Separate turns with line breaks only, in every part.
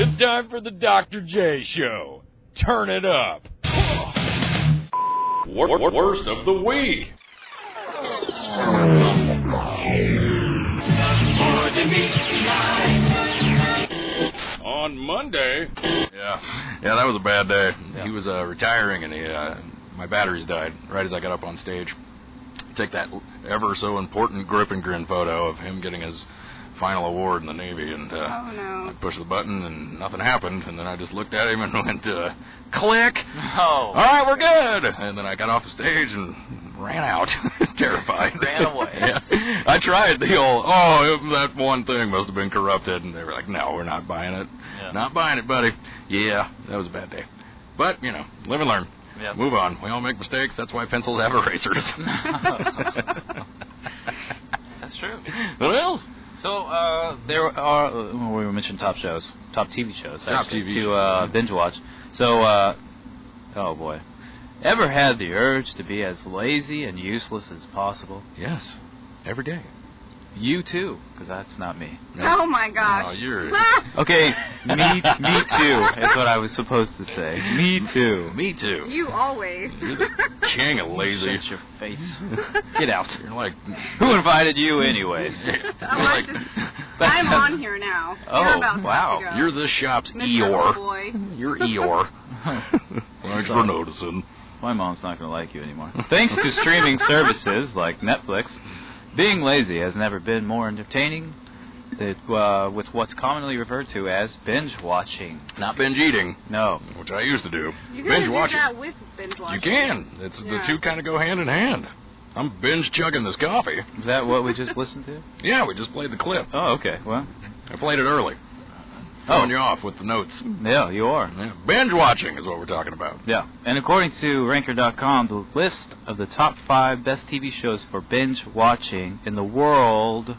It's time for the Dr. J Show. Turn it up. Wor- worst of the week. On Monday.
Yeah, yeah, that was a bad day. He was uh, retiring, and he, uh, my batteries died right as I got up on stage. Take that ever so important grip and grin photo of him getting his final award in the Navy, and uh,
Oh, no.
I pushed the button, and nothing happened. And then I just looked at him and went, uh, "Click! All
No.
right, we're good." And then I got off the stage and ran out, terrified.
Ran away.
yeah. I tried the old, "Oh, that one thing must have been corrupted," and they were like, "No, we're not buying it."
Yeah.
Not buying it, buddy. Yeah, that was a bad day. But, you know, live and learn.
Yeah.
Move on. We all make mistakes. That's why pencils have erasers.
That's true.
what else?
So uh, there are well, we mentioned top shows, top TV shows,
Top
actually,
TV
to
shows,
Uh,
yeah.
binge watch. So, uh, oh boy, ever had the urge to be as lazy and useless as possible?
Yes. Every day.
You too, because that's not me.
No.
Oh my gosh.
Oh, you're-
Ah,
Okay, me, me too is what I was supposed to say. Me too.
Me too.
you always.
You're the king of lazy.
Shut your face. Get out.
You're like.
Who invited you, anyways?
You're,
I'm
like
I'm on here now. You're
Oh,
about
wow.
To go.
you're this shop's
Mr.
Eeyore.
Boy.
You're Eeyore. Thanks for
Sorry.
noticing.
My mom's not going to like you anymore. Thanks to streaming services like Netflix, being lazy has never been more entertaining than, uh, with what's commonly referred to as binge watching.
Not binge eating,
No.
which I used to do.
You can
binge
do
watching.
that with binge watching.
You can. It's the
Yeah.
two kind of go hand in hand. I'm binge chugging this coffee.
Is that what we just listened to?
Yeah, we just played the clip.
Oh, okay. Well,
I played it early.
Oh.
Throwing you off with the notes.
Oh. yeah, you are.
Yeah, binge watching is what we're talking about.
Yeah. And according to Ranker.com, the list of the top five best TV shows for binge watching in the world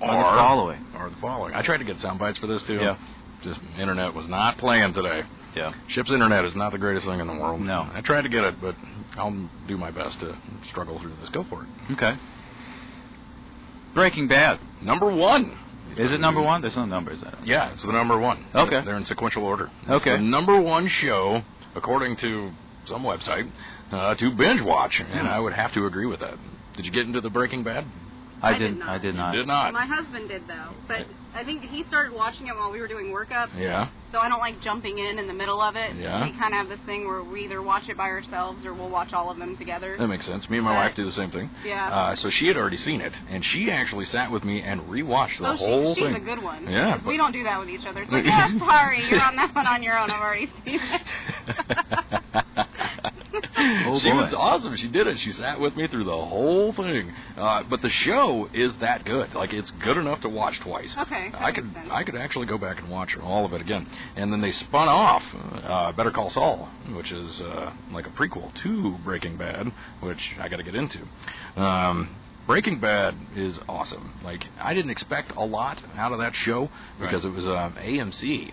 are the following.
Or the following. I tried to get sound bites for this too.
Yeah.
Just internet was not playing today.
Yeah.
Ship's internet is not the greatest thing in the world.
No.
I tried to get it, but I'll do my best to struggle through this. Go for it.
Okay. Breaking Bad.
Number one.
Is it number one? There's no numbers. I don't-
Yeah, it's the number one.
Okay.
They're in sequential order. It's
Okay.
the number one show, according to some website, uh, to binge watch,
Hmm.
and I would have to agree with that. Did you get into the Breaking Bad?
I, did.
I did
not
not.
I did
You
not.
did not.
My husband did though, but I think he started watching it while we were doing workup.
yeah.
So I don't like jumping in in the middle of it.
Yeah.
We kind of have this thing where we either watch it by ourselves or we'll watch all of them together.
That makes sense. Me and my
Right.
wife do the same thing.
Yeah.
Uh, so she had already seen it, and she actually sat with me and rewatched the
Oh, she-
whole
she's
thing.
a good one.
Yeah,
'Cause
but-
We don't do that with each other. It's like, yeah, sorry, you're on that one on your own. I've already seen it.
Oh,
she
boy.
was awesome. She did it. She sat with me through the whole thing. Uh, but the show is that good. Like it's good enough to watch twice.
Okay, that
I could
makes sense.
I could actually go back and watch all of it again. And then they spun off uh, Better Call Saul, which is uh, like a prequel to Breaking Bad, which I got to get into. Um, Breaking Bad is awesome. Like I didn't expect a lot out of that show because it was um, AMC.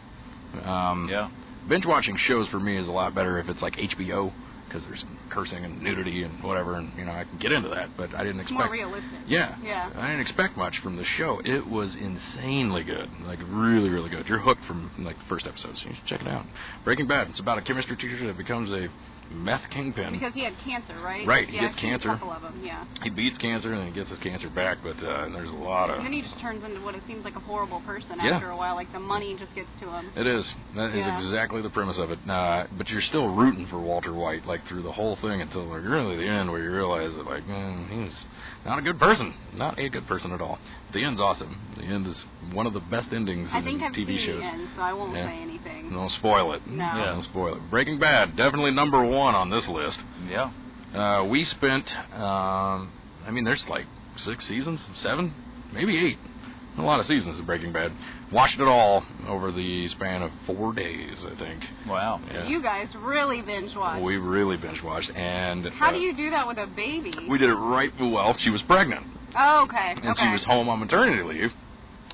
Um,
Yeah.
binge watching shows for me is a lot better if it's like HBO because there's cursing and nudity and whatever, and you know I can get into that. But I didn't
It's
expect
more realistic.
Yeah,
Yeah.
I didn't expect much from the show. It was insanely good, like really, really good. You're hooked from like the first episode, so you should check it out. Breaking Bad. It's about a chemistry teacher that becomes a meth kingpin.
Because he had cancer, right?
Right, he
yeah,
gets
I've seen
cancer.
A couple of them, yeah.
he beats cancer and then he gets his cancer back, but uh, there's a lot of
And then he just turns into what it seems like a horrible person
Yeah.
after a while. Like the money just gets to him.
It is. That is
Yeah.
exactly the premise of it. Uh, but you're still rooting for Walter White, like through the whole thing until like really the end, where you realize that like man, he was not a good person, not a good person at all. The end's awesome. The end is one of the best endings
I
in
think I've
TV
seen
shows.
the end, so I won't
Yeah.
say anything.
Don't spoil it.
No. Yeah.
Don't spoil it. Breaking Bad definitely number one on this list.
Yeah.
Uh, we spent, um, I mean, there's like six seasons, seven, maybe eight. A lot of seasons of Breaking Bad. Watched it all over the span of four days, I think.
Wow.
Yeah.
You guys really binge watch.
we really binge watched, and
How
uh,
do you do that with a baby?
We did it right. Well, she was pregnant,
oh, okay.
and
okay.
she was home on maternity leave,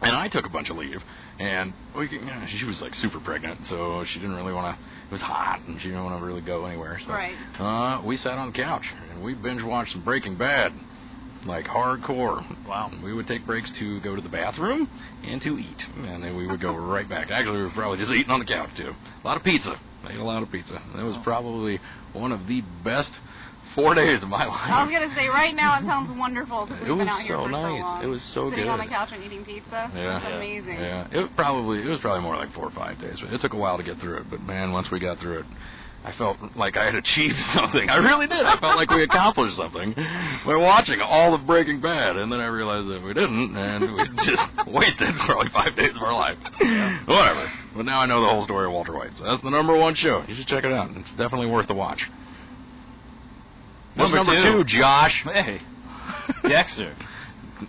and I took a bunch of leave, and we, you know, she was like super pregnant, so she didn't really want to. It was hot, and she didn't want to really go anywhere. So
Right.
uh, we sat on the couch and we binge watched some Breaking Bad. like hardcore. Wow. We would take breaks to go to the bathroom and to eat, and then we would go right back. Actually, we were probably just eating on the couch too. A lot of pizza. I ate a lot of pizza. That was probably one of the best four days of my life.
I was gonna say right now it sounds wonderful because
It
we've
was
been out here
so
for
nice.
so long.
It was so
Sitting on the
good.
couch and eating pizza.
Yeah.
That's amazing.
Yeah, it probably it was probably more like four or five days. It took a while to get through it, but man, once we got through it, I felt like I had achieved something. I really did. I felt like we accomplished something by watching all of Breaking Bad, and then I realized that we didn't, and we just wasted probably five days of our life. Whatever. But now I know the whole story of Walter White. So that's the number one show. You should check it out. It's definitely worth the watch. What's
Number
number two,
two?
Josh?
Hey, Dexter.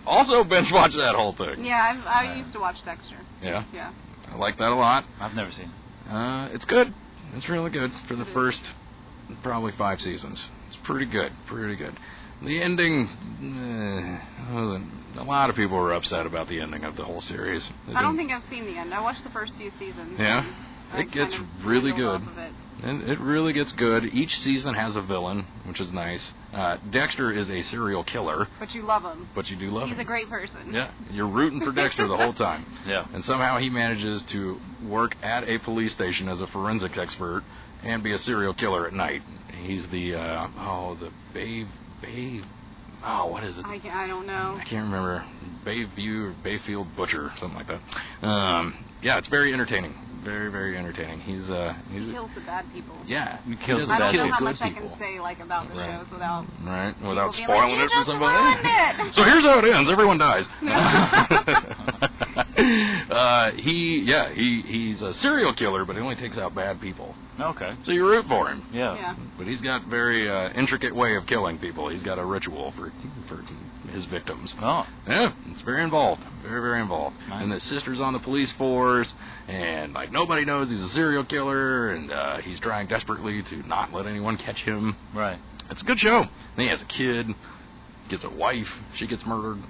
Also binge watch that whole thing.
Yeah, I've, I
Yeah.
used to watch Dexter.
Yeah,
Yeah.
I like that a lot.
I've never seen.
Uh, it's good. It's really good for the
It is.
first probably five seasons. It's pretty good, pretty good. The ending, eh, wasn't- a lot of people were upset about the ending of the whole series. They
I don't
didn't-
think I've seen the end. I watched the first few seasons.
Yeah?
and
It
I'm
gets
kind of
really
dwindled
good.
off of it.
And it really gets good. Each season has a villain, which is nice. Uh, Dexter is a serial killer,
But you love him.
but you do love
He's
him.
a great person.
yeah, you're rooting for Dexter the whole time.
Yeah.
And somehow he manages to work at a police station as a forensics expert and be a serial killer at night. He's the uh, oh the Bay Bay oh what is it?
I, ca- I don't know.
I can't remember Bayview or Bayfield Butcher something like that. Um, yeah, it's very entertaining, very very entertaining. He's uh he's
He kills the bad people.
yeah
He kills
doesn't
I don't
bad
kill
know how
good
much I
people.
can say like about the
Right.
shows without
Right, without
people being
spoiling
like,
it for
"You just
somebody.
ruined it!"
so here's how it ends: everyone dies. uh, he, yeah, he he's a serial killer, but he only takes out bad people.
Okay.
So you root for him,
Yeah.
yeah.
but he's got very uh, intricate way of killing people. He's got a ritual for for his victims.
Oh.
Yeah, it's very involved, very very involved.
Nice.
And the sister's on the police force, and like nobody knows he's a serial killer, and uh, he's trying desperately to not let anyone catch him.
Right.
It's a good show. Then he has a kid, gets a wife. She gets murdered.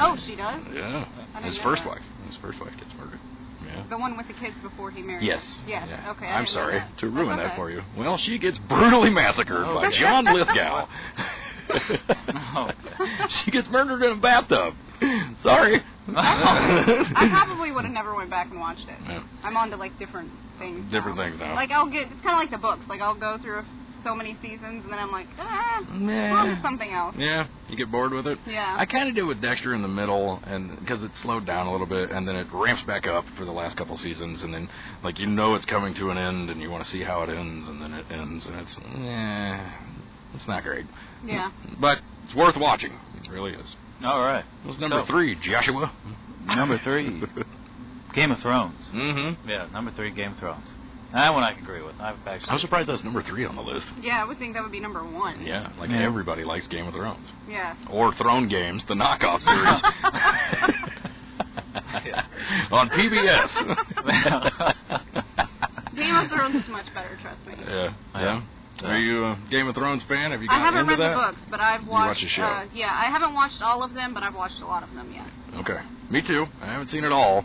Oh, she does?
Yeah.
I didn't
His
know
first
that.
wife. His first wife gets murdered. Yeah.
The one with the kids before he married.
Yes.
her. Yes.
Yeah.
Okay. I
I'm
didn't know
sorry
that.
to
That's
ruin
okay.
that for you. Well, she gets brutally massacred
Oh.
by John Lithgow.
No.
she gets murdered in a bathtub. Sorry.
I probably would have never went back and watched it.
Yeah.
I'm on to like different things.
Different
now.
things now.
Like I'll get it's kind of like the books. Like I'll go through so many seasons and then I'm like, ah, on
Nah.
to something else.
Yeah, you get bored with it.
Yeah.
I kind of did with Dexter in the middle, and because it slowed down a little bit, and then it ramps back up for the last couple seasons, and then like you know it's coming to an end, and you want to see how it ends, and then it ends, and it's eh, it's not great,
yeah.
but it's worth watching. It really is.
All right.
What's number
So-
three, Joshua?
Number three. Game of Thrones.
mm-hmm.
Yeah. Number three. Game of Thrones. That one I can agree with. I've actually.
I'm surprised that's number three on the list.
Yeah. I would think that would be number one.
Yeah, like
Yeah.
everybody likes Game of Thrones
Yeah.
or Throne Games, the knockoff series on PBS.
Game of Thrones is much better. Trust me.
Yeah.
Yeah.
Yeah. Are you a Game of Thrones fan? Have you
I
gotten
haven't
into
read
that?
the books, but I've
You watch
watched.
the show.
Uh, yeah, I haven't watched all of them, but I've watched a lot of them. Yes.
Okay. Me too. I haven't seen it all.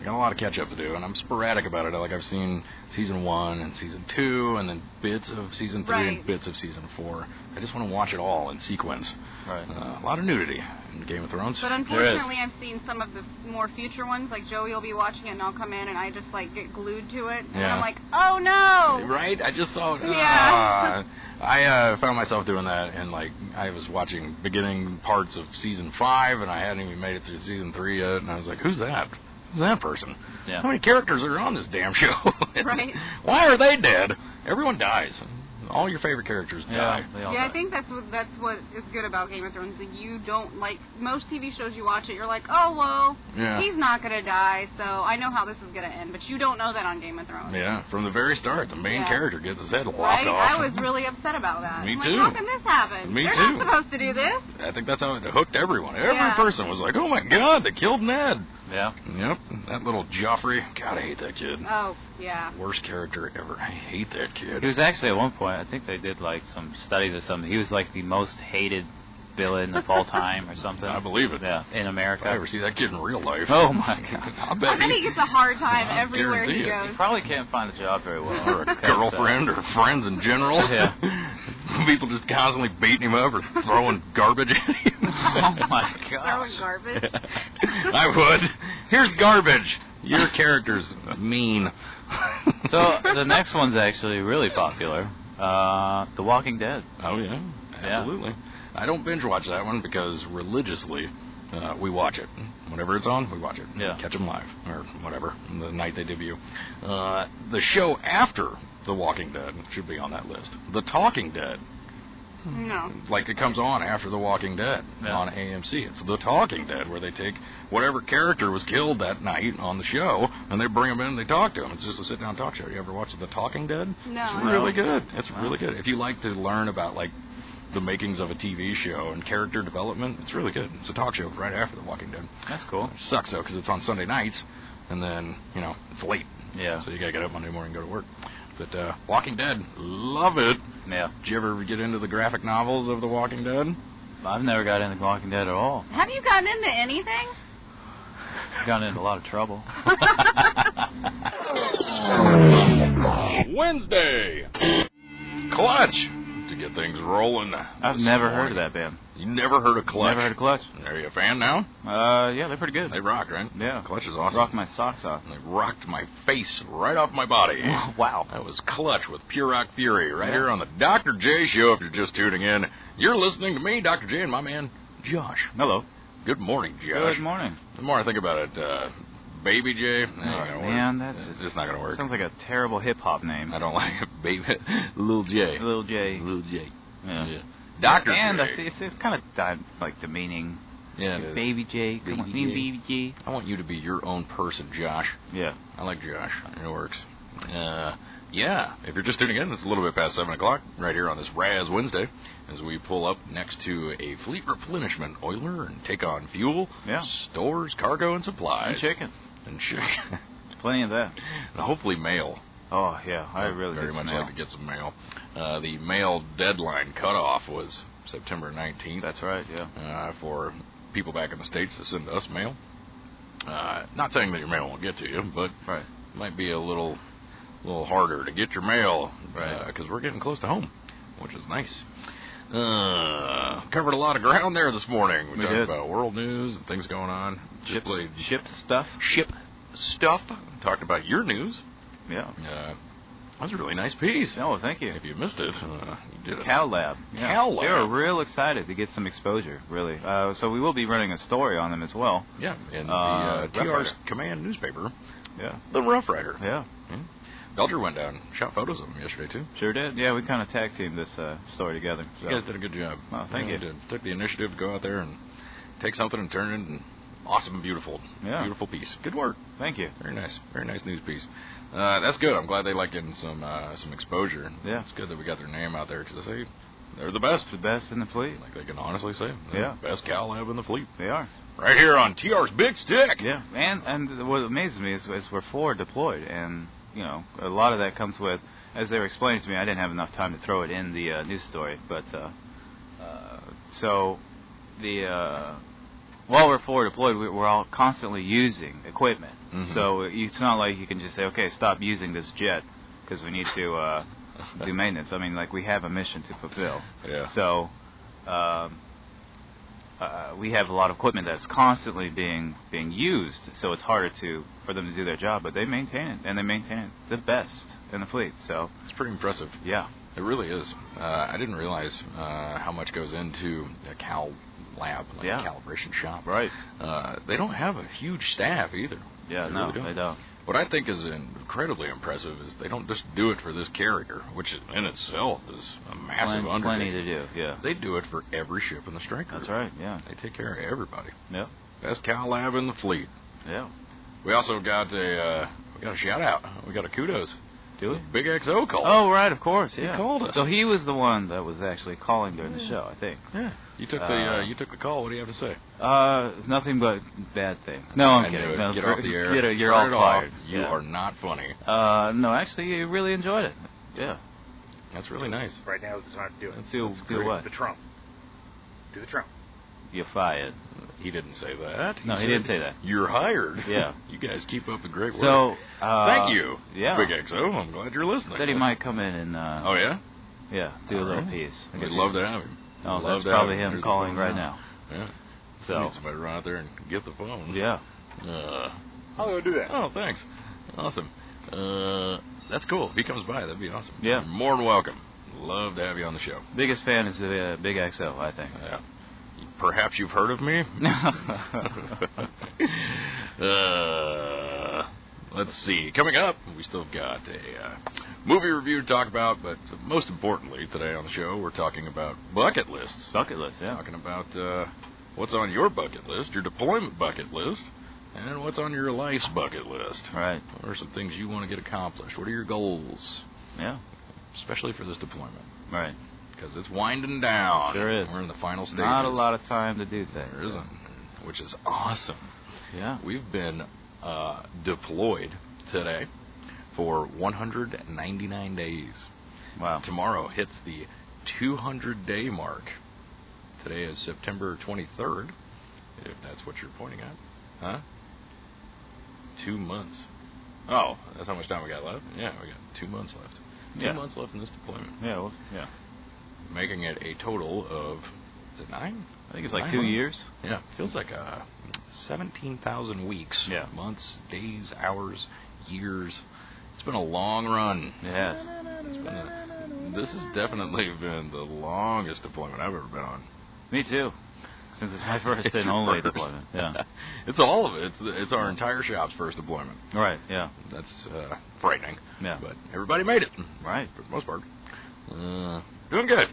I got a lot of catch up to do, and I'm sporadic about it. Like I've seen season one and season two, and then bits of season three and
Right.
bits of season four. I just want to watch it all in sequence.
Right.
Uh, a lot of nudity in Game of Thrones.
But unfortunately, I've seen some of the f- more future ones. Like Joey will be watching it, and I'll come in, and I just like get glued to it. And
Yeah.
I'm like, oh no!
Right? I just saw.
Yeah.
Ah. I uh, found myself doing that, and like I was watching beginning parts of season five, and I hadn't even made it through season three yet, and I was like, "Who's that? Who's that person?
Yeah.
How many characters are on this damn show?
Right.
Why are they dead? Everyone dies. All your favorite characters die.
Yeah. They all
Yeah, I
die.
think that's what that's what is good about Game of Thrones. Like you don't like most TV shows. You watch it, you're like, oh well,
Yeah.
he's not gonna die, so I know how this is gonna end. But you don't know that on Game of Thrones.
Yeah, From the very start, the main
Yeah.
character gets his head lopped
Right?
off.
I was really upset about that.
Me
I'm
too.
Like, how can this happen?
Me
They're
too.
not supposed to do this.
I think that's how it hooked everyone. Every
Yeah.
person was like, "Oh my god, they killed Ned."
Yeah.
Yep. That little Joffrey. God, I hate that kid.
Oh yeah.
Worst character ever. I hate that kid.
He was actually at one point. I think they did like some studies or something. He was like the most hated villain of all time or something.
I believe it.
Yeah. In
if
America.
I ever see that kid in real life.
Oh my God.
I
I
bet
bet he
he
gets a hard time
I
everywhere
guarantee
he
it.
goes.
Probably can't find a job very well.
or a girlfriend or friends in general.
Yeah.
people just constantly beating him up or throwing garbage at him.
Oh my
Throwing
gosh.
garbage.
I would. Here's garbage. Your character's mean.
So the next one's actually really popular. Uh, The Walking Dead.
Oh yeah,
Yeah.
absolutely. I don't binge watch that one because religiously, uh, we watch it. Whenever it's on, we watch it.
Yeah.
Catch them live or whatever the night they debut. Uh, the show after The Walking Dead should be on that list. The Talking Dead,
no.
like it comes on after The Walking Dead
Yeah.
on AMC. It's The Talking Dead where they take whatever character was killed that night on the show and they bring them in and they talk to them. It's just a sit-down talk show. You ever watch The Talking Dead?
Oh, No.
It's really
No.
good. It's really good. If you like to learn about like the makings of a TV show and character development, it's really good. It's a talk show right after The Walking Dead.
That's cool.
It sucks though because it's on Sunday nights, and then you know it's late,
Yeah.
so you gotta get up Monday morning and go to work. But uh, Walking Dead, love it.
Yeah.
Did you ever get into the graphic novels of The Walking Dead?
I've never got into The Walking Dead at all.
Have you gotten into anything?
I've gotten into a lot of trouble.
Wednesday.
Clutch to get things rolling.
I've
this
never
morning.
heard of that band.
You never heard of Clutch?
Never heard of Clutch.
Are you a fan now?
Uh, yeah, they're pretty good.
They rock, right?
Yeah.
Clutch is awesome.
Rock my socks off.
They rocked my face right off my body.
wow.
That was Clutch with Pure Rock Fury right
Yeah.
here on the Dr. J Show. If you're just tuning in, you're listening to me, Dr. J, and my man, Josh.
Hello.
Good morning, Josh.
Good morning.
the more I think about it, uh, Baby J, nah,
Oh,
you know,
man,
we're-
that's-
it's just not going to work.
Sounds like a terrible hip hop name.
I don't like it. Baby, Little J.
Little J.
Little J.
Yeah.
Dr.
And
J.
I see it's, it's kind of di- like demeaning.
Yeah, it is.
Baby J. Come on,
Baby J.
baby J.
I want you to be your own person, Josh.
Yeah.
I like Josh. It works. Uh, yeah, if you're just tuning in, it's a little bit past 7 o'clock right here on this Raz Wednesday as we pull up next to a fleet replenishment oiler and take on fuel,
Yeah.
stores, cargo, and supplies.
And chicken.
And chick.
Plenty of that.
and hopefully mail.
Oh yeah, I
I'd
really
very
get
much
mail.
like to get some mail. Uh, the mail deadline cutoff was September 19th
That's right. Yeah.
uh, for people back in the states to send us mail. Uh, not saying that your mail won't get to you, but
Right.
might be a little, little harder to get your mail,
Right.
Because we're getting close to home, which is nice. Uh, covered a lot of ground there this morning. We,
We
talked
did.
about world news and things going on. Just
Ship,
played
ship stuff.
ship stuff. Talked about your news.
Yeah.
Uh, that was a really nice piece.
Oh, thank you.
If you missed it, uh, you did it.
Cow Lab. Yeah.
Cow Lab.
They were real excited to get some exposure, really. Uh, so we will be running a story on them as well.
Yeah, in
Uh,
the uh,
Rough
TR's
Rider.
Command newspaper,
Yeah.
the Rough Rider.
Yeah.
Belger went down, shot photos of him yesterday too.
Sure did. Yeah, we kind of tag teamed this uh, story together. So.
You guys did a good job.
Well, thank
really
you.
did. Took the initiative to go out there and take something and turn it into awesome, beautiful,
Yeah.
beautiful piece. Good work.
Thank you.
Very nice. Very nice news piece. Uh, that's good. I'm glad they like getting some uh, some exposure.
Yeah.
It's good that we got their name out there because they they're the
It's
best.
the best in the fleet.
Like they can honestly say, they're
Yeah.
the best cow lab in the fleet.
They are.
Right here on TR's Big Stick.
Yeah. And and what amazes me is, is we're forward deployed, and you know a lot of that comes with, as they were explaining to me, I didn't have enough time to throw it in the uh, news story, but uh, uh, so the uh, while we're forward deployed, we, we're all constantly using equipment.
Mhm.
So it's not like you can just say, okay, stop using this jet because we need to uh, do maintenance. I mean, like we have a mission to fulfill.
Yeah.
So, um, uh, we have a lot of equipment that's constantly being being used, so it's harder to for them to do their job. But they maintain it, and they maintain it the best in the fleet. So,
It's pretty impressive.
yeah,
It really is. Uh, I didn't realize uh, how much goes into a cow lab, like
Yeah.
a calibration shop.
right,
Uh, they don't have a huge staff either.
yeah,
They
no,
really don't.
they don't.
What I think is incredibly impressive is they don't just do it for this carrier, which in itself is a massive
Plenty, plenty
undertaking.
to do. Yeah,
They do it for every ship in the strike group.
that's right. Yeah,
They take care of everybody.
yeah,
Best cow lab in the fleet.
yeah.
We also got a uh, we got a shout out. We got a kudos.
Do we?
Big XO call.
Oh, right, of course. Yeah,
called us. Hmm.
So he was the one that was actually calling during the show, I think.
yeah. You took the uh,
Uh,
you took the call. What do you have to say?
Uh, nothing but bad things. No,
I
I'm
knew
kidding.
it.
No,
Get off the air.
Get it, you're
Turn it
all
off.
fired.
You
Yeah.
are not funny.
Uh, no, actually, I really enjoyed it. Yeah.
That's really nice.
Right now is the time to do it.
Let's do,
That's
do
great.
what?
The Trump. Do the Trump.
You're fired.
He didn't say that.
No, he
said,
didn't say that.
You're hired.
Yeah.
you guys keep up the great work.
So, uh,
Thank you,
Yeah.
Big XO. I'm glad you're listening.
Said he might come in and uh,
Oh yeah,
Yeah, do a
All
little
right.
piece. I
We'd
guess
love
he's-
to have him.
Oh,
We'd love
that's
to have
probably him
There's the
calling
phone
right
Yeah.
So-
I need somebody to run out there and get the phone.
Yeah.
Uh,
I'll go do that.
oh, thanks. Awesome. Uh, that's cool. If he comes by, that'd be awesome.
Yeah.
You're more than welcome. Love to have you on the show.
Biggest fan is uh, Big XO, I think.
Yeah. Perhaps you've heard of me. uh, let's see. Coming up, we still got a uh, movie review to talk about, but most importantly, today on the show, we're talking about bucket lists.
Bucket list, yeah.
Talking about uh, what's on your bucket list, your deployment bucket list, and what's on your life's bucket list.
Right.
What are some things you want to get accomplished? What are your goals,
Yeah.
especially for this deployment?
Right.
Because it's winding down.
Sure is.
We're in the final stages.
Not a lot of time to do things.
There isn't, which is awesome.
Yeah.
We've been uh, deployed today for 199 days.
Wow.
Tomorrow hits the 200 day mark. Today is September 23rd, if that's what you're pointing at. Huh? Two months. Oh, that's how much time we got left? Yeah, we got two months left. Two
Yeah.
months left in this deployment,
Yeah. Well, yeah.
making it a total of is it nine?
I think it's like
Nine
two
months?
years.
Yeah, feels like uh, 17,000 weeks.
Yeah.
Months, days, hours, years. It's been a long run.
It has.
It's been a, this has definitely been the longest deployment I've ever been on.
Me too. Since it's my first
It's
and
your
only
first.
deployment. Yeah.
it's all of it. It's, it's our entire shop's first deployment.
right. Yeah.
That's uh, frightening.
Yeah.
But everybody made it.
Right.
For the most part. Uh, doing good.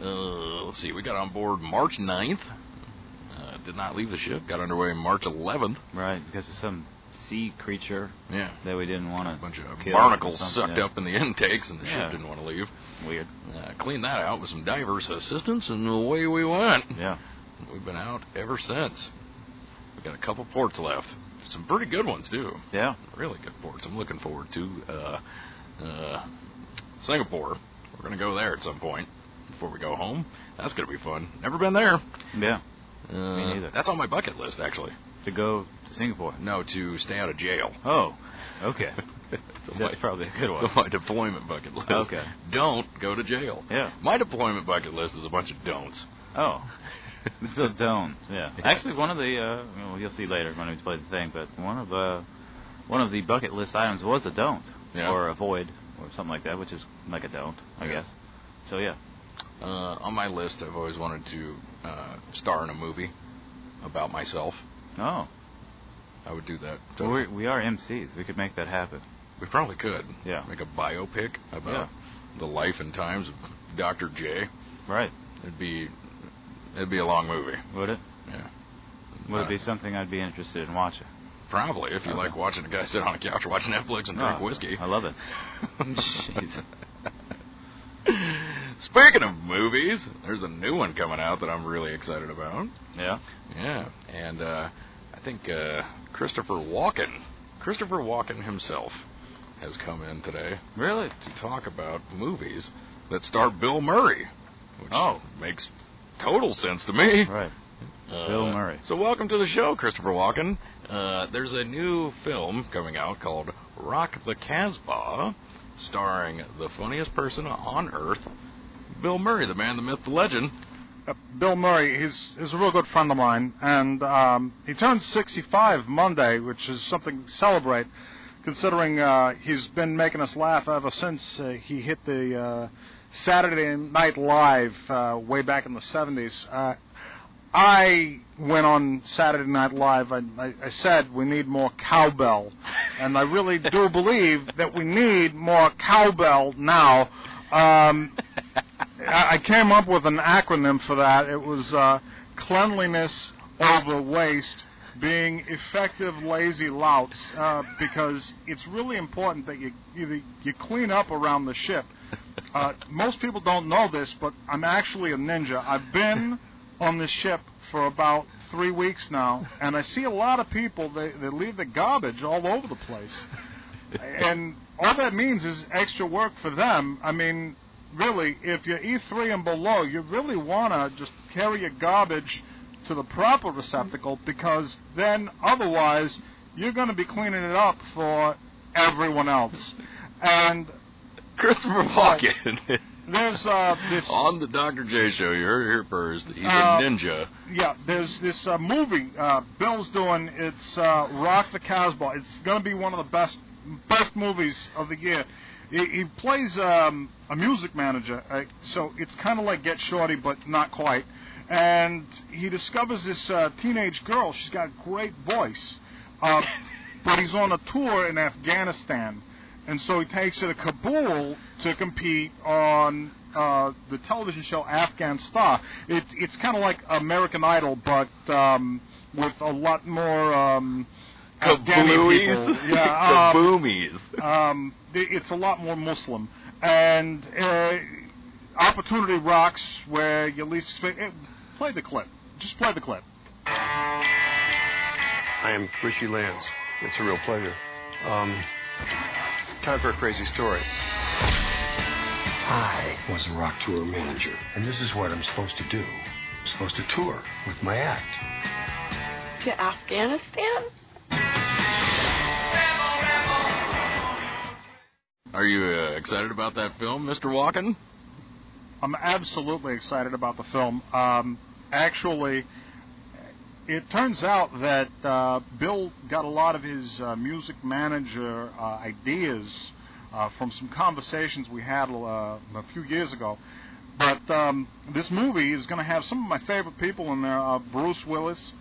Uh, let's see. We got on board March 9th. Uh, did not leave the ship. Got underway March 11th.
Right. Because it's some sea creature
Yeah.
that we didn't want to.
A bunch of
kill
barnacles
or something,
sucked
yeah.
up in the intakes, and the
Yeah.
ship didn't want to leave.
Weird.
Uh, cleaned that out with some divers' assistance, and away we went.
Yeah.
We've been out ever since. We've got a couple ports left. Some pretty good ones, too.
Yeah.
Really good ports. I'm looking forward to uh, uh, Singapore. We're going to go there at some point before we go home. That's going to be fun. Never been there.
Yeah.
Uh,
neither.
That's on my bucket list, actually.
To go to Singapore.
No, to stay out of jail.
Oh. Okay.
It's on
That's
my-
probably a good one.
It's on my deployment bucket list.
Okay.
Don't go to jail.
Yeah.
My deployment bucket list is a bunch of don'ts.
Oh. So don't. Yeah. Actually, one of the uh, well, you'll see later when we play the thing, but one of uh, one of the bucket list items was a don't
Yeah.
or avoid or something like that, which is like a don't, I
Yeah.
guess. So yeah.
Uh, on my list, I've always wanted to uh, star in a movie about myself.
Oh.
I would do that.
Well, we're, we are MCs. We could make that happen.
we probably could.
Yeah.
Make a biopic about
Yeah.
the life and times of Dr. J.
Right.
It'd be it'd be a long movie.
Would it?
Yeah.
Would
Uh,
it be something I'd be interested in watching?
Probably if you
Okay.
like watching a guy sit on a couch, watch Netflix, and drink
Oh,
whiskey.
I love it. Jeez.
Speaking of movies, there's a new one coming out that I'm really excited about.
Yeah.
Yeah, and uh, I think uh, Christopher Walken, Christopher Walken himself, has come in today
Really?
to talk about movies that star Bill Murray, which
Oh.
makes total sense to me.
Right.
Uh,
Bill Murray.
So welcome to the show, Christopher Walken. Uh, there's a new film coming out called Rock the Casbah, starring the funniest person on earth, Bill Murray, the man, the myth, the legend.
Uh, Bill Murray, he's, he's a real good friend of mine, and um, he turns 65 Monday, which is something to celebrate, considering uh, he's been making us laugh ever since uh, he hit the uh, Saturday Night Live uh, way back in the 70s. Uh, I went on Saturday Night Live and I, I said we need more cowbell, and I really do believe that we need more cowbell now. Um, I I came up with an acronym for that. It was uh, cleanliness over waste, being effective lazy louts, uh, because it's really important that you you, you clean up around the ship. Uh, most people don't know this, but I'm actually a ninja. I've been on the ship for about three weeks now, and I see a lot of people. They they leave the garbage all over the place and all that means is extra work for them. I mean, really, if you're E3 and below, you really want to just carry your garbage to the proper receptacle because then otherwise you're going to be cleaning it up for everyone else. And
Christopher Walken
there's uh, this
On the Dr. J show, you heard it here first. He's
Uh,
a ninja.
yeah, there's this uh, movie uh, Bill's doing. It's uh, Rock the Casbah. It's going to be one of the best best movies of the year. He, he plays um, a music manager, uh, so it's kind of like Get Shorty, but not quite. And he discovers this uh, teenage girl. She's got a great voice, uh, but he's on a tour in Afghanistan, and so he takes her to Kabul to compete on uh, the television show Afghan Star. It, it's kind of like American Idol, but um, with a lot more um, Afghani people.
Kaboomies.
Yeah, um,
Kaboomies.
um, th- it's a lot more Muslim. And uh, Opportunity Rocks, where you least expect. eh, play the clip. Just play the clip.
I am Richie Lance. It's a real pleasure. Um, time for a crazy story. I was a rock tour manager, and this is what I'm supposed to do. I'm supposed to tour with my act.
To Afghanistan?
Are you uh, excited about that film, Mr. Walken?
I'm absolutely excited about the film. Um, actually, it turns out that uh, Bill got a lot of his uh, music manager uh, ideas uh, from some conversations we had uh, a few years ago. But um, this movie is going to have some of my favorite people in there: uh, Bruce Willis,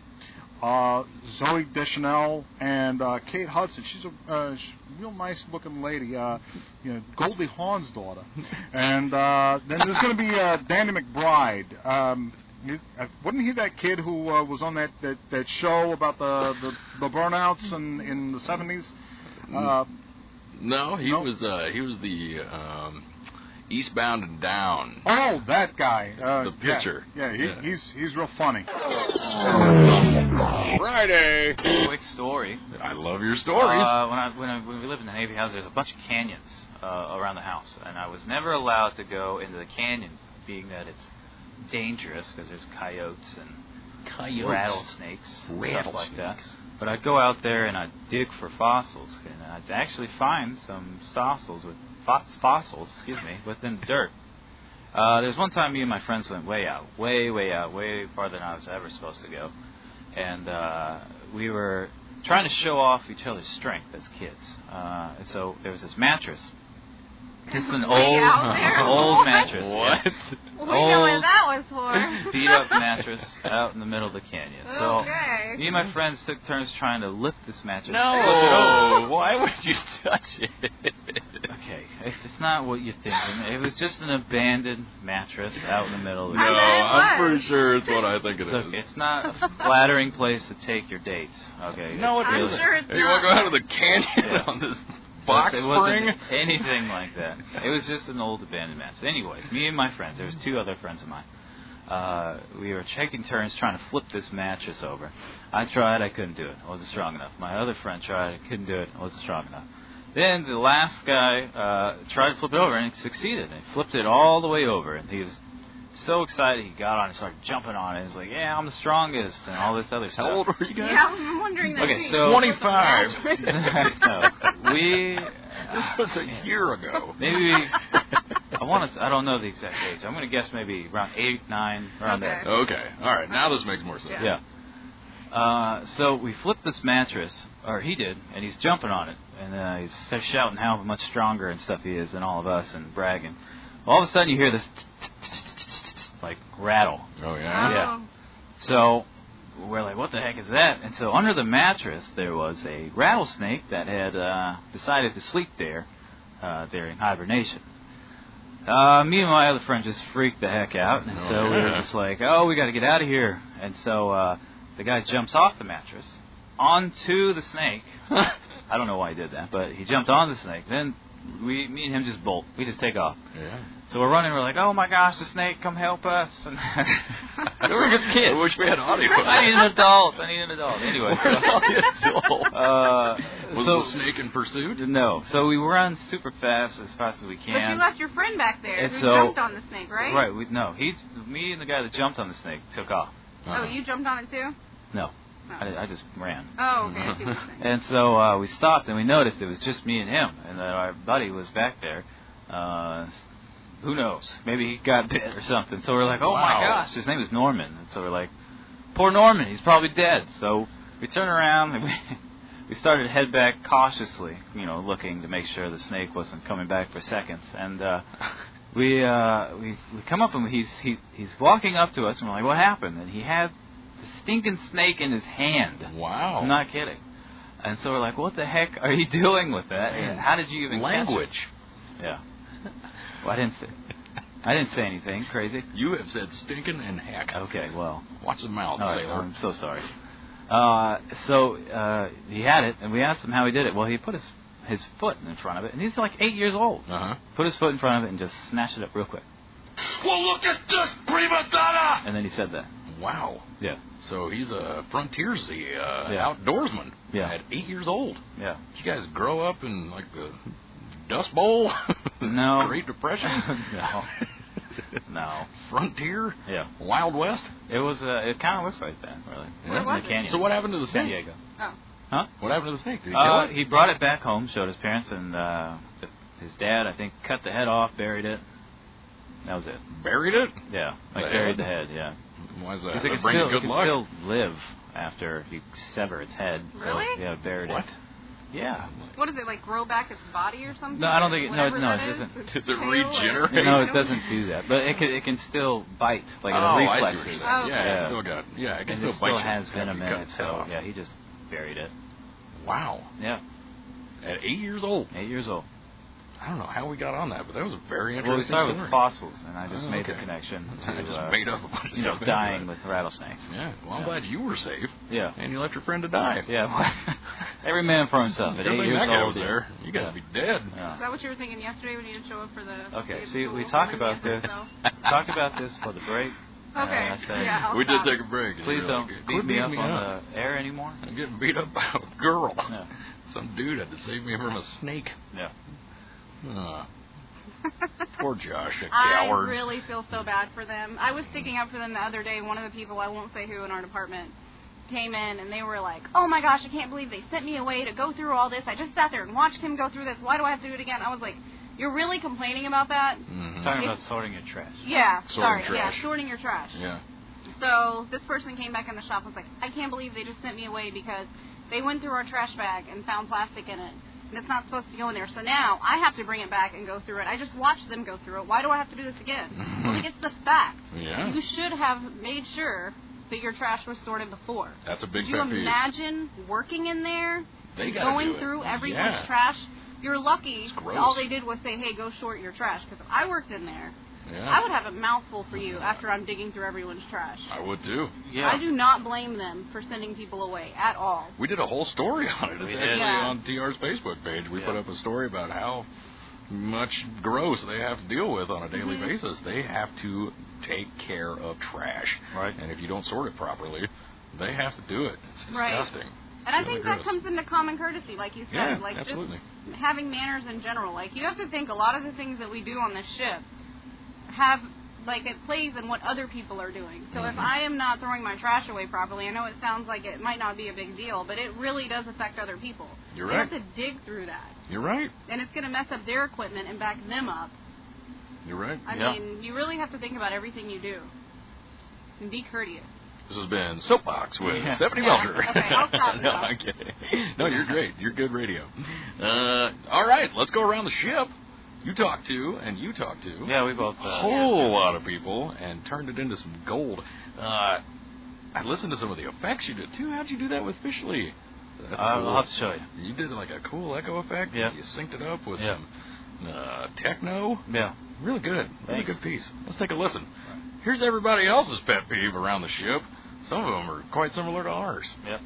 uh, Zoe Deschanel, and uh, Kate Hudson. She's a uh, sh- real nice-looking lady, uh, you know, Goldie Hawn's daughter. And uh, then there's going to be uh, Danny McBride. Um, you- uh, wasn't he that kid who uh, was on that, that, that show about the, the, the burnouts in, in the 70s? Uh,
No, he
No.
was uh, he was the um, Eastbound and Down.
oh, that guy. Uh,
The
yeah.
pitcher.
Yeah, he,
Yeah.
He's, he's real funny.
Friday.
Quick story.
I love your stories.
Uh, when, I, when, I, when we lived in the Navy house, there's a bunch of canyons uh, around the house, and I was never allowed to go into the canyon, being that it's dangerous because there's coyotes and rattlesnakes and stuff like that. But I'd go out there and I'd dig for fossils, and I'd actually find some fossils with fos- fossils, excuse me, within the dirt. Uh, there's one time me and my friends went way out, way, way out, way farther than I was ever supposed to go, and uh, we were trying to show off each other's strength as kids. Uh, and so there was this mattress. This is an
Way
old,
out there?
old
What?
mattress. yeah.
We know
Old-
what that was for.
Oh. beat up mattress out in the middle of the canyon. So
Okay.
me and my friends took turns trying to lift this mattress.
Oh,
No.
why would you touch it? Okay, it's, it's not what you're thinking. It was just an abandoned mattress out in the middle of the
no,
I bet it
I'm
was.
pretty sure it's what I think it is.
Look, it's not a flattering place to take your dates. Okay.
No,
it's
it
I'm
really-
sure it's
Hey, you want
not.
to go out of the canyon
Yeah.
on this
So
box
it
spring?
wasn't anything like that. It was just an old abandoned match. Anyways, me and my friends, there was two other friends of mine. Uh, we were taking turns trying to flip this mattress over. I tried, I couldn't do it. I wasn't strong enough. My other friend tried, I couldn't do it. I wasn't strong enough. Then the last guy uh, tried to flip it over and he succeeded. He flipped it all the way over, and he was so excited. He got on, and started jumping on it. He was like, "Yeah, I'm the strongest," and all this other stuff.
How old were you guys?
Yeah, I'm wondering that.
Okay,
too.
so-
25.
no, we
This was a year ago.
Maybe I want to. I don't know the exact age. I'm gonna guess maybe around eight, nine, around
Okay.
Okay, all right. Now this makes more sense.
there. Yeah. Uh, so we flip this mattress, or he did, and he's jumping on it, and uh, he's so shouting how much stronger and stuff he is than all of us, and bragging. All of a sudden, you hear this like rattle,
Oh yeah.
Yeah.
Oh.
so we're like, what the heck is that? And so under the mattress there was a rattlesnake that had uh, decided to sleep there uh, during hibernation. Uh, me and my other friend just freaked the heck out, and
Oh,
so we were
yeah.
just like, oh, we got to get out of here. And so uh, the guy jumps off the mattress onto the snake. I don't know why he did that, but he jumped on the snake. Then we, me and him, just bolt. We just take
Oh.
off.
Yeah.
So we're running. We're like, oh my gosh, the snake, come help us! And we were good kids.
I wish we had audio.
I need an adult. I need an adult. Anyway,
Where's all the adult?
uh,
Was
so
the snake in pursuit?
no. So we run super fast, as fast as we
But you
can.
left your friend back there
And
who
so-
jumped on the snake, right?
we, no, he, me, and the guy that jumped on the snake took off.
Uh-huh.
Oh, you jumped on it too?
No,
Oh,
I, I just ran.
oh okay. I see what you're saying.
And so uh, we stopped, and we noticed it was just me and him, and that our buddy was back there, uh, Who knows? Maybe he got bit or something. So we're like, oh
Wow.
my gosh, his name is Norman. And so we're like, poor Norman, he's probably dead. So we turn around and we, we started to head back cautiously, you know, looking to make sure the snake wasn't coming back for seconds. And uh, we, uh, we we come up and he's he, he's walking up to us and we're like, what happened? And he had the stinking snake in his hand.
Wow.
I'm not kidding. And so we're like, what the heck are you doing with that? And how did you even catch it?
Language.
Yeah. Well, I didn't say. I didn't say anything crazy.
You have said stinking and heck.
Okay, well,
Watch the
Oh. all
mouth,
right,
sailor.
I'm so sorry. Uh, so uh, he had it, and we asked him how he did it. Well, he put his his foot in front of it, and he's like eight years old.
Uh huh.
Put his foot in front of it and just snatched it up real quick.
Well, look at this prima donna.
And then he said that.
Wow.
Yeah.
So he's a frontiers, the uh,
Yeah.
outdoorsman.
Yeah.
At eight years old.
Yeah.
Did you guys grow up in like the Dust Bowl?
No.
Great Depression.
no. No.
Frontier.
Yeah.
Wild West.
It was. Uh, it kind of looks like that, really.
Where
In
was
the
it?
canyon.
So what happened to the
San
snake?
Diego.
What happened to the snake? Did he
Uh,
kill it?
he brought it back home, showed his parents, and uh, his dad, I think, cut the head off, buried it. That was it.
Buried it.
Yeah, like
The
buried
head?
the head. Yeah,
Why is that?
because
That
it could
uh, bring
still,
you good
it could
luck.
still live after you sever its head. So,
Really?
yeah, buried
What?
it. Yeah.
What is it like? Grow back its body or something?
No, I don't think it- no,
Whatever
no,
that
it
is,
doesn't.
its
Does it
tail or-
regenerate?
I
No, it
don't-
doesn't do that, but it can it can still bite like
oh,
the
I see what
reflexes.
you're saying.
Oh,
Yeah, it's
Yeah.
still got. Yeah, it can
And
still
it still
bite you
has
after
venom
you
in
cut
it,
its head
so
off.
yeah, he just buried it.
Wow.
Yeah,
At eight years old,
eight years old.
I don't know how we got on that, but that was a very interesting.
Well, we started
story.
with fossils, and I just
Oh,
made the
okay.
connection to
I just
uh,
made up a bunch of
you know
stuff
dying
anyway.
with rattlesnakes.
Yeah. Well, I'm
Yeah.
glad you were safe,
Yeah.
and you left your friend to die.
Yeah, well, every man for himself. At
Good
eight
thing
years
that guy
old,
was there. You guys
Yeah.
would be dead.
Yeah.
Is that what you were thinking yesterday when you didn't show up for the?
Okay,
the
see, we
school
talked
for
about
the-
this.
so-
We talked about this for the break. Uh,
Okay.
I said,
Yeah, I'll
we did
stop.
take a break. It's
please
really
don't
good.
beat
Quit
me
beating
up on the air anymore.
I'm getting beat up by a girl.
Yeah.
Some dude had to save me from a snake.
Yeah.
Uh, poor Josh, a
I
coward.
really feel so bad for them. I was sticking up for them the other day. One of the people, I won't say who, in our department came in and they were like, "Oh my gosh, I can't believe they sent me away to go through all this. I just sat there and watched him go through this. Why do I have to do it again?" I was like, "You're really complaining about that?"
Mhm.
Talking
It's-
about sorting your trash.
Yeah,
Sorting
sorry.
trash.
Yeah, sorting your trash.
Yeah.
So this person came back in the shop and was like, I can't believe they just sent me away because they went through our trash bag and found plastic in it. And it's not supposed to go in there. So now I have to bring it back and go through it. I just watched them go through it. Why do I have to do this again? I think it's the fact.
Mm-hmm. Yeah.
You should have made sure that your trash was sorted before.
That's a big
Could you
pet peeve.
imagine working in there,
They gotta
going
do it.
through everyone's
Yeah.
trash? You're lucky.
It's
that
gross.
All they did was say, "Hey, go sort your trash." Because if I worked in there,
Yeah.
I would have a mouthful for you after I'm digging through everyone's trash.
I would too.
Yeah.
I do not blame them for sending people away at all.
We did a whole story on it. It's
We did.
actually
Yeah.
on TR's Facebook page. We
Yeah.
put up a story about how much gross they have to deal with on a daily
Mm-hmm.
basis. They have to take care of trash.
Right.
And if you don't sort it properly, they have to do it. It's
Right.
disgusting.
And I
Really
think that
gross.
comes into common courtesy, like you said,
Yeah,
like
absolutely.
just having manners in general. Like you have to think a lot of the things that we do on this ship have like it plays in what other people are doing. So
Mm-hmm.
if I am not throwing my trash away properly, I know it sounds like it might not be a big deal, but it really does affect other people.
You're
They
right.
have to dig through that,
You're right.
and it's going to mess up their equipment and back them up.
You're right.
I
Yeah.
mean, you really have to think about everything you do and be courteous.
This has been Soapbox with
Yeah.
Stephanie
Yeah,
Welker.
okay, I'll stop
no,
now.
I'm kidding. No, you're great. You're good radio. Uh, all right, let's go around the ship. You talk to, and you talk to.
Yeah, we both.
a
Uh,
whole lot of people and turned it into some gold. Uh, I listened to some of the effects you did too. How'd you do that with Fishley? That's
Uh, I'll have to show you.
You did like a cool echo effect.
Yeah.
You synced it up with
Yeah.
some uh, techno.
Yeah.
Really good. Really
Thanks.
good piece. Let's take a listen. Here's everybody else's pet peeve around the ship. Some of them are quite similar to ours.
Yep.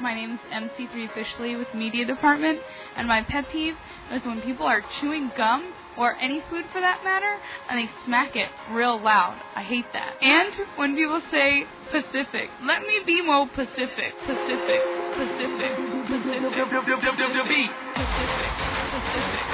My name's MC3 Fishley with Media Department, and my pet peeve is when people are chewing gum or any food for that matter, and they smack it real loud. I hate that. And when people say Pacific, let me be more Pacific, Pacific, Pacific, Pacific, Pacific, Pacific,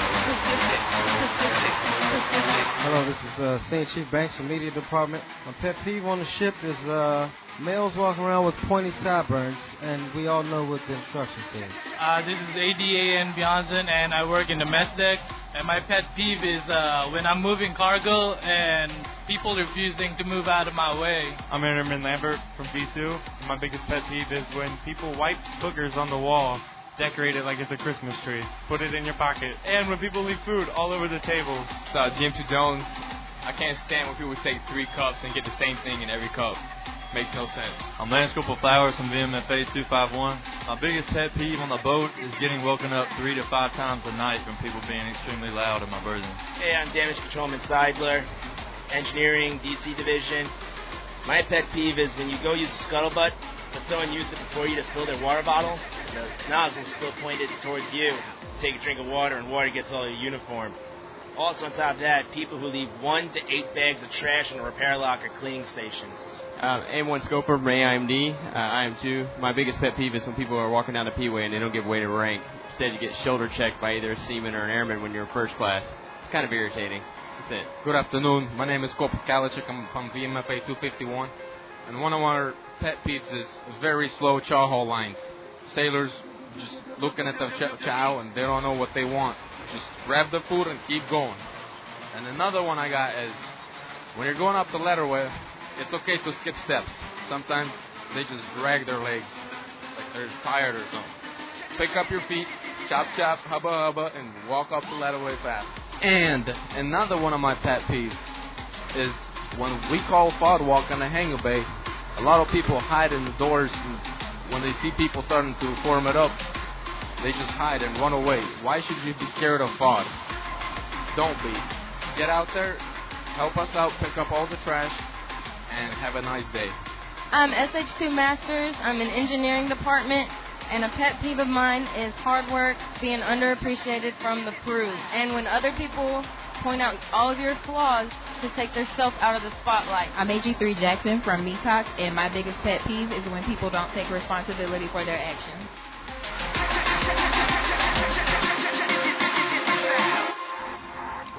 Hello, this is uh, St. Chief Banks from Media Department. My pet peeve on the ship is uh, Males walking around with pointy sideburns, and we all know what the instruction says.
Uh, this is ADAN Bjornsson, and I work in the mess deck. And my pet peeve is uh, when I'm moving cargo and people refusing to move out of my way.
I'm Interman Lambert from B2. My biggest pet peeve is when people wipe boogers on the wall, decorate it like it's a Christmas tree, put it in your pocket, and when people leave food all over the tables.
Uh, GM2 Jones, I can't stand when people take three cups and get the same thing in every cup. Makes no sense.
I'm Lance Cooper Flowers from VMFA 251. My biggest pet peeve on the boat is getting woken up three to five times a night from people being extremely loud in my berthing.
Hey, I'm Damage Controlman Seidler, Engineering, DC Division. My pet peeve is when you go use a scuttlebutt, but someone used it before you to fill their water bottle, and the nozzle is still pointed towards you. Take a drink of water, and water gets all your uniform. Also, on top of that, people who leave one to eight bags of trash in a repair lock or cleaning stations.
Um, A1 Scoper from AIMD, uh, IM2. My biggest pet peeve is when people are walking down the P-Way and they don't give way to rank. Instead, you get shoulder checked by either a seaman or an airman when you're in first class. It's kind of irritating. That's it.
Good afternoon. My name is Corporal Kalachik. I'm from VMFA 251. And one of our pet peeves is very slow chow lines. Sailors just looking at the ch- chow and they don't know what they want. Just grab the food and keep going. And another one I got is when you're going up the ladderway, it's okay to skip steps. Sometimes they just drag their legs like they're tired or something. Pick up your feet, chop chop, hubba hubba, and walk up the ladderway fast.
And another one of my pet peeves is when we call fog walk on the hangar bay, a lot of people hide in the doors and when they see people starting to form it up, they just hide and run away. Why should you be scared of fog? Don't be. Get out there, help us out, pick up all the trash, and have a nice day.
I'm SH2 Masters. I'm in engineering department, and a pet peeve of mine is hard work being underappreciated from the crew. And when other people point out all of your flaws to take themselves out of the spotlight.
I'm AG3 Jackson from Meacock, and my biggest pet peeve is when people don't take responsibility for their actions.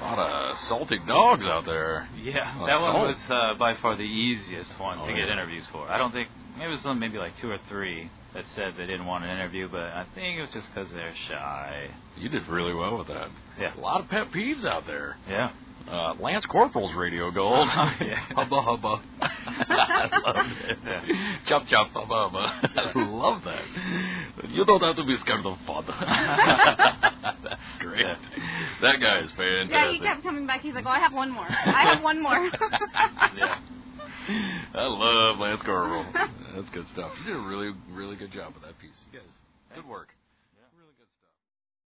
A lot of salty dogs out there. A
Yeah,
lot
that
of
one
salt.
was uh, by far the easiest one
Oh,
to get
yeah.
interviews for. I don't think it was on maybe like two or three that said they didn't want an interview, but I think it was just because they're shy.
You did really well with that.
Yeah.
A lot of pet peeves out there.
Yeah.
Uh, Lance Corporal's radio gold. Hubba hubba. Oh, I love it. Chop chop hubba hubba. I love that. You don't have to be scared of father. That's great. That guy is fantastic.
Yeah, he kept coming back. He's like, oh, I have one more. I have one more.
I love Lance Corporal. That's good stuff. You did a really, really good job with that piece. You guys, good work.